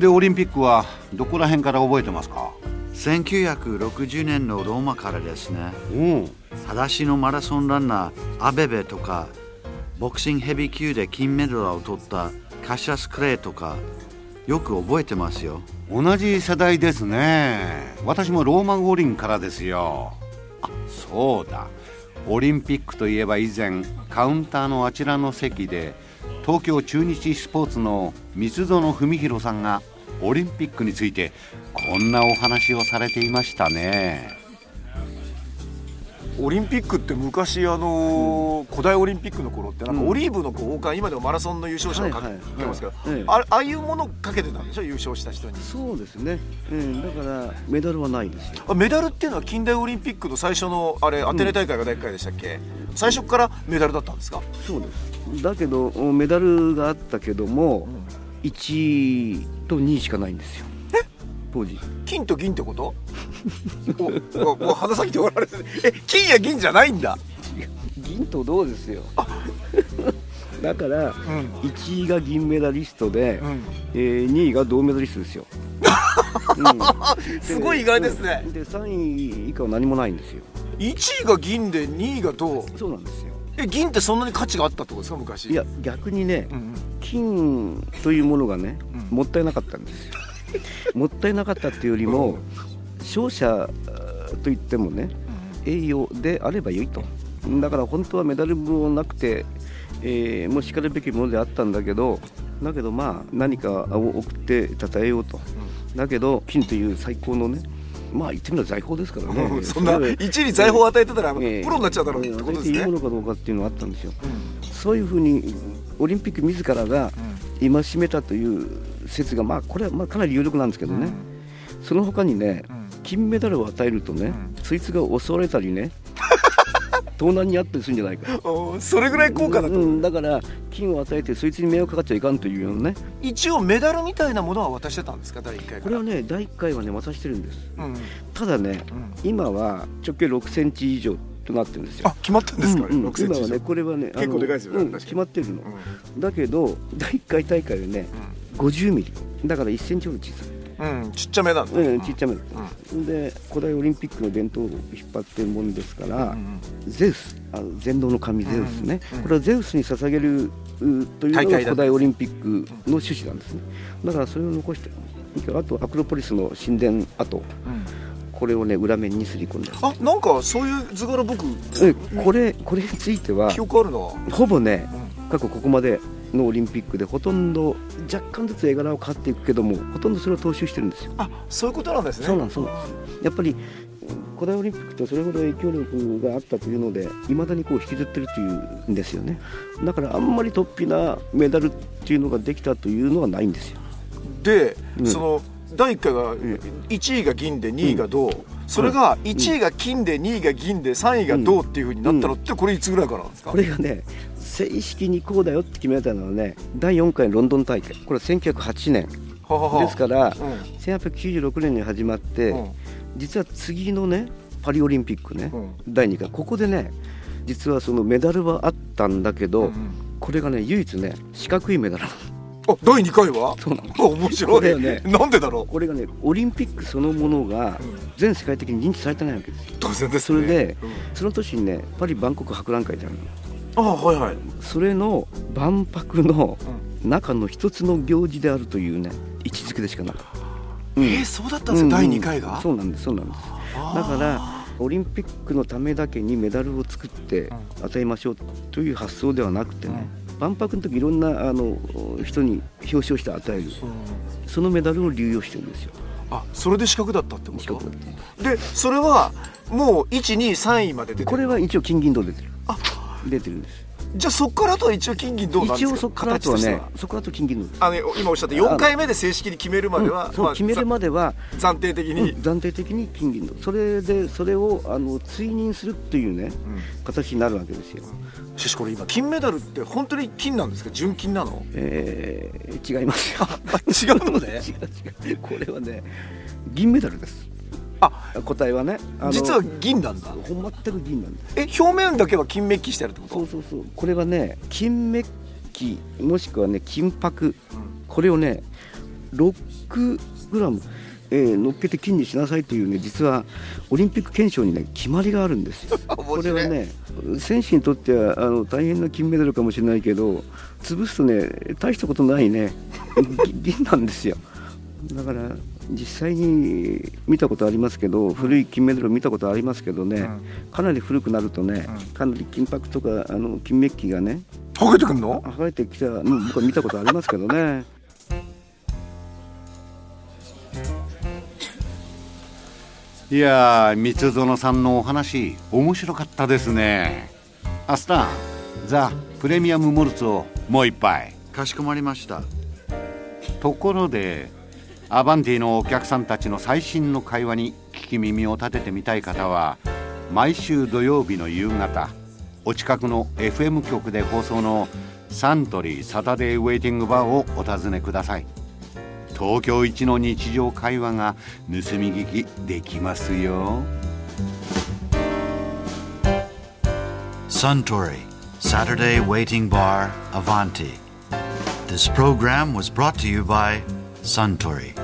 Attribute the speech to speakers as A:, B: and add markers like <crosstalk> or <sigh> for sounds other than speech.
A: でオリンピックはどこら辺から覚えてますか
B: のローマからですね。
A: うん
B: 裸足のマラソンランナーアベベとかボクシングヘビー級で金メダルを取ったカシャス・クレイとかよく覚えてますよ
A: 同じ世代ですね私もローマ五輪からですよあそうだオリンピックといえば以前カウンターのあちらの席で東京中日スポーツの三園文弘さんがオリンピックについてこんなお話をされていましたね
C: オリンピックって昔あのー古代オリンピックの頃ってなんかオリーブのこう王冠今でもマラソンの優勝者をか
D: はいはい
C: けますけど
D: ええ
C: あれああいうものをかけてたんでしょ優勝した人に
D: そうですね、えーだからメダルはないですよ
C: あメダルっていうのは近代オリンピックの最初のあれアテネ大会が第1回でしたっけ、最初からメダルだったんですか
D: そうですだけどおメダルがあったけども、1と2しかないんですよ当時
C: 金と銀ってこと
D: <laughs>
C: おおお鼻先で笑われてるえ金や銀じゃないんだ
D: 銀と銅ですよ <laughs> だから
C: ん
D: 1位が銀メダリストで、
C: ん
D: え2位が銅メダリストですよ、うん
C: すごい意外ですね
D: で3位以下は何もないんですよ
C: 1位が銀で2位が銅
D: そうなんですよ
C: え銀ってそんなに価値があったってことですか昔
D: いや逆にね、
C: うん
D: 金というものがね、
C: うん
D: もったいなかった
C: <laughs>
D: んですよもったいなかったっていうよりも勝者えーといってもね栄養であればよいとだから本当はメダルもなくて、えーもうしかるべきものであったんだけどだけどまあ何かを送って称えようと、だけど金という最高のねまあ言ってみれば財宝ですから
C: うんう
D: ね
C: ん <laughs> そんな
D: れ
C: 一理財宝を与えてたらプ
D: ええ
C: ロになっちゃうだろうってことです
D: 与えていい
C: ね
D: ものかどうかっていうのはあったんですよ、そういうふうにオリンピック自らが戒めたという説が、まあ、これはまあかなり有力なんですけどね、その他にね、金メダルを与えるとね、そいつが襲われた
C: <laughs>
D: りね、盗難にあったりするんじゃないか。
C: おそれぐらい高価だと、
D: うん、だから金を与えてそいつに迷惑かかっちゃいかんというようなね
C: 一応メダルみたいなものは渡してたんですか第1回
D: こ
C: か
D: れ
C: ら
D: はね第1回はね渡してるんです
C: うんうん
D: ただね、
C: ん
D: 今は直径6センチ以上となってるんですよ
C: あ決まったんですか、ね
D: うんうん
C: 6センチ以
D: 今は
C: 上
D: ねこれはねあの
C: 結構でかいですよね
D: う
C: 確
D: ん
C: かに
D: 決まってるの、だけど第1回大会はね、50ミリだから1センチほど小さい、
C: うん、うんちっちゃめなんだ、
D: うん、ちっちゃめだった、で古代オリンピックの伝統を引っ張ってるもんですから、ゼウスあの全道の神ゼウスね、これはゼウスに捧げるうというの
C: 大
D: が
C: 会だ
D: 古代オリンピックの趣旨なんですねだからそれを残してあとアクロポリスの神殿跡これをね裏面にすり込んで
C: あなんかそういう図柄僕
D: うんこれこれについては
C: 記憶あるなは
D: ほぼね、過去ここまでのオリンピックでほとんど若干ずつ絵柄を変わっていくけどもほとんどそれを踏襲してるんですよ。
C: あそういうことなんですね
D: そうなんそうなんですやっぱり古代オリンピックってそれほど影響力があったというのでいまだにこう引きずってるというんですよねだからあんまり突飛なメダルっていうのができたというのはないんですよ
C: で、
D: ん
C: その第1回が1位が銀で2位が銅、それが1位が金で2位が銀で3位が銅っていうふうになったのってこれいつぐらいからなんですか、
D: これがね正式にこうだよって決められたのはね第4回ロンドン大会これは1908年
C: ははは
D: ですから、
C: うん
D: 1896年に始まって、
C: うん
D: 実は次のねパリオリンピックね、
C: うん
D: 第2回ここでね実はそのメダルはあったんだけど、
C: うんうん
D: これがね唯一ね四角いメダル <laughs>
C: あ第2回は
D: そうなの
C: あ面白
D: こ
C: い、
D: れね
C: なんでだろ
D: これがねオリンピックそのものが全世界的に認知されてないわけですよ
C: う当然です
D: そ
C: ね
D: れで、
C: うん
D: その年にねパリ万国博覧会ってあるの
C: あはいはい
D: それの万博の中の一つの行事であるというね位置づけでしかなかった
B: Hmm.
C: えー、そうだったんですよ、第2回が
D: そうなんですそうなんですだからオリンピックのためだけにメダルを作って与えましょうという発想ではなくてね、万博の時いろんなあの人に表彰して与える、そのメダルを流用してるんですよ
C: あそれで四角だったってこ
D: 四角
C: と
D: だったんです
C: でそれはもう123位まで出てる
D: これは一応金銀銅出てる
C: あ
D: 出てるんです
C: じゃあそこからあとは一応金銀どうなんです
D: 一
C: か
D: 応そこからあとは
C: 形
D: ね
C: して
D: そこからあと金銀の
C: あの今おっしゃった4回目で正式に決めるまでは、
D: うんそう
C: まあ
D: 決めるまでは
C: ざ暫定的に、
D: うん暫定的に金銀のそれでそれをあの追認するっていうね形になるわけですよ、
C: しかしこれ今金メダルって本当に金なんですか純金なの
D: えー違いますよ
C: 違うのね
D: <laughs> 違う違うこれはね銀メダルです
C: あ
D: 答えはねあの
C: 実は銀なんだ
D: ほんま全く銀なんです
C: え表面だけは金メッキしてあるってこ
D: そ
C: と
D: うそうそうこれはね金メッキもしくはね金箔
C: うん
D: これをね6グラム、えー乗っけて金にしなさいというね実はオリンピック憲章にね決まりがあるんですよこ
C: <laughs> 面
D: れ
C: 白い
D: はね選手にとってはあの大変な金メダルかもしれないけど潰すとね大したことないね <laughs> ぎ銀なんですよだから実際に見たことありますけど古い金メダルを見たことありますけどね、
C: うん
D: かなり古くなるとね、
C: うん
D: かなり金箔とかあの金メッキがね
C: はげてくんの
D: 剥がれてきたのを僕は見たことありますけどね。
A: いやー三園さんのお話面白かったですねアスターザ・プレミアム・モルツをもう一杯
B: かしこまりました
A: ところでアバンティのお客さんたちの最新の会話に聞き耳を立ててみたい方は毎週土曜日の夕方お近くの FM 局で放送のサントリーサタデーウェイティングバーをお尋ねください東京一の日常会話が盗み聞きできますよ
B: Suntory, Saturday Waiting Bar, Avanti. This program was brought to you by Suntory.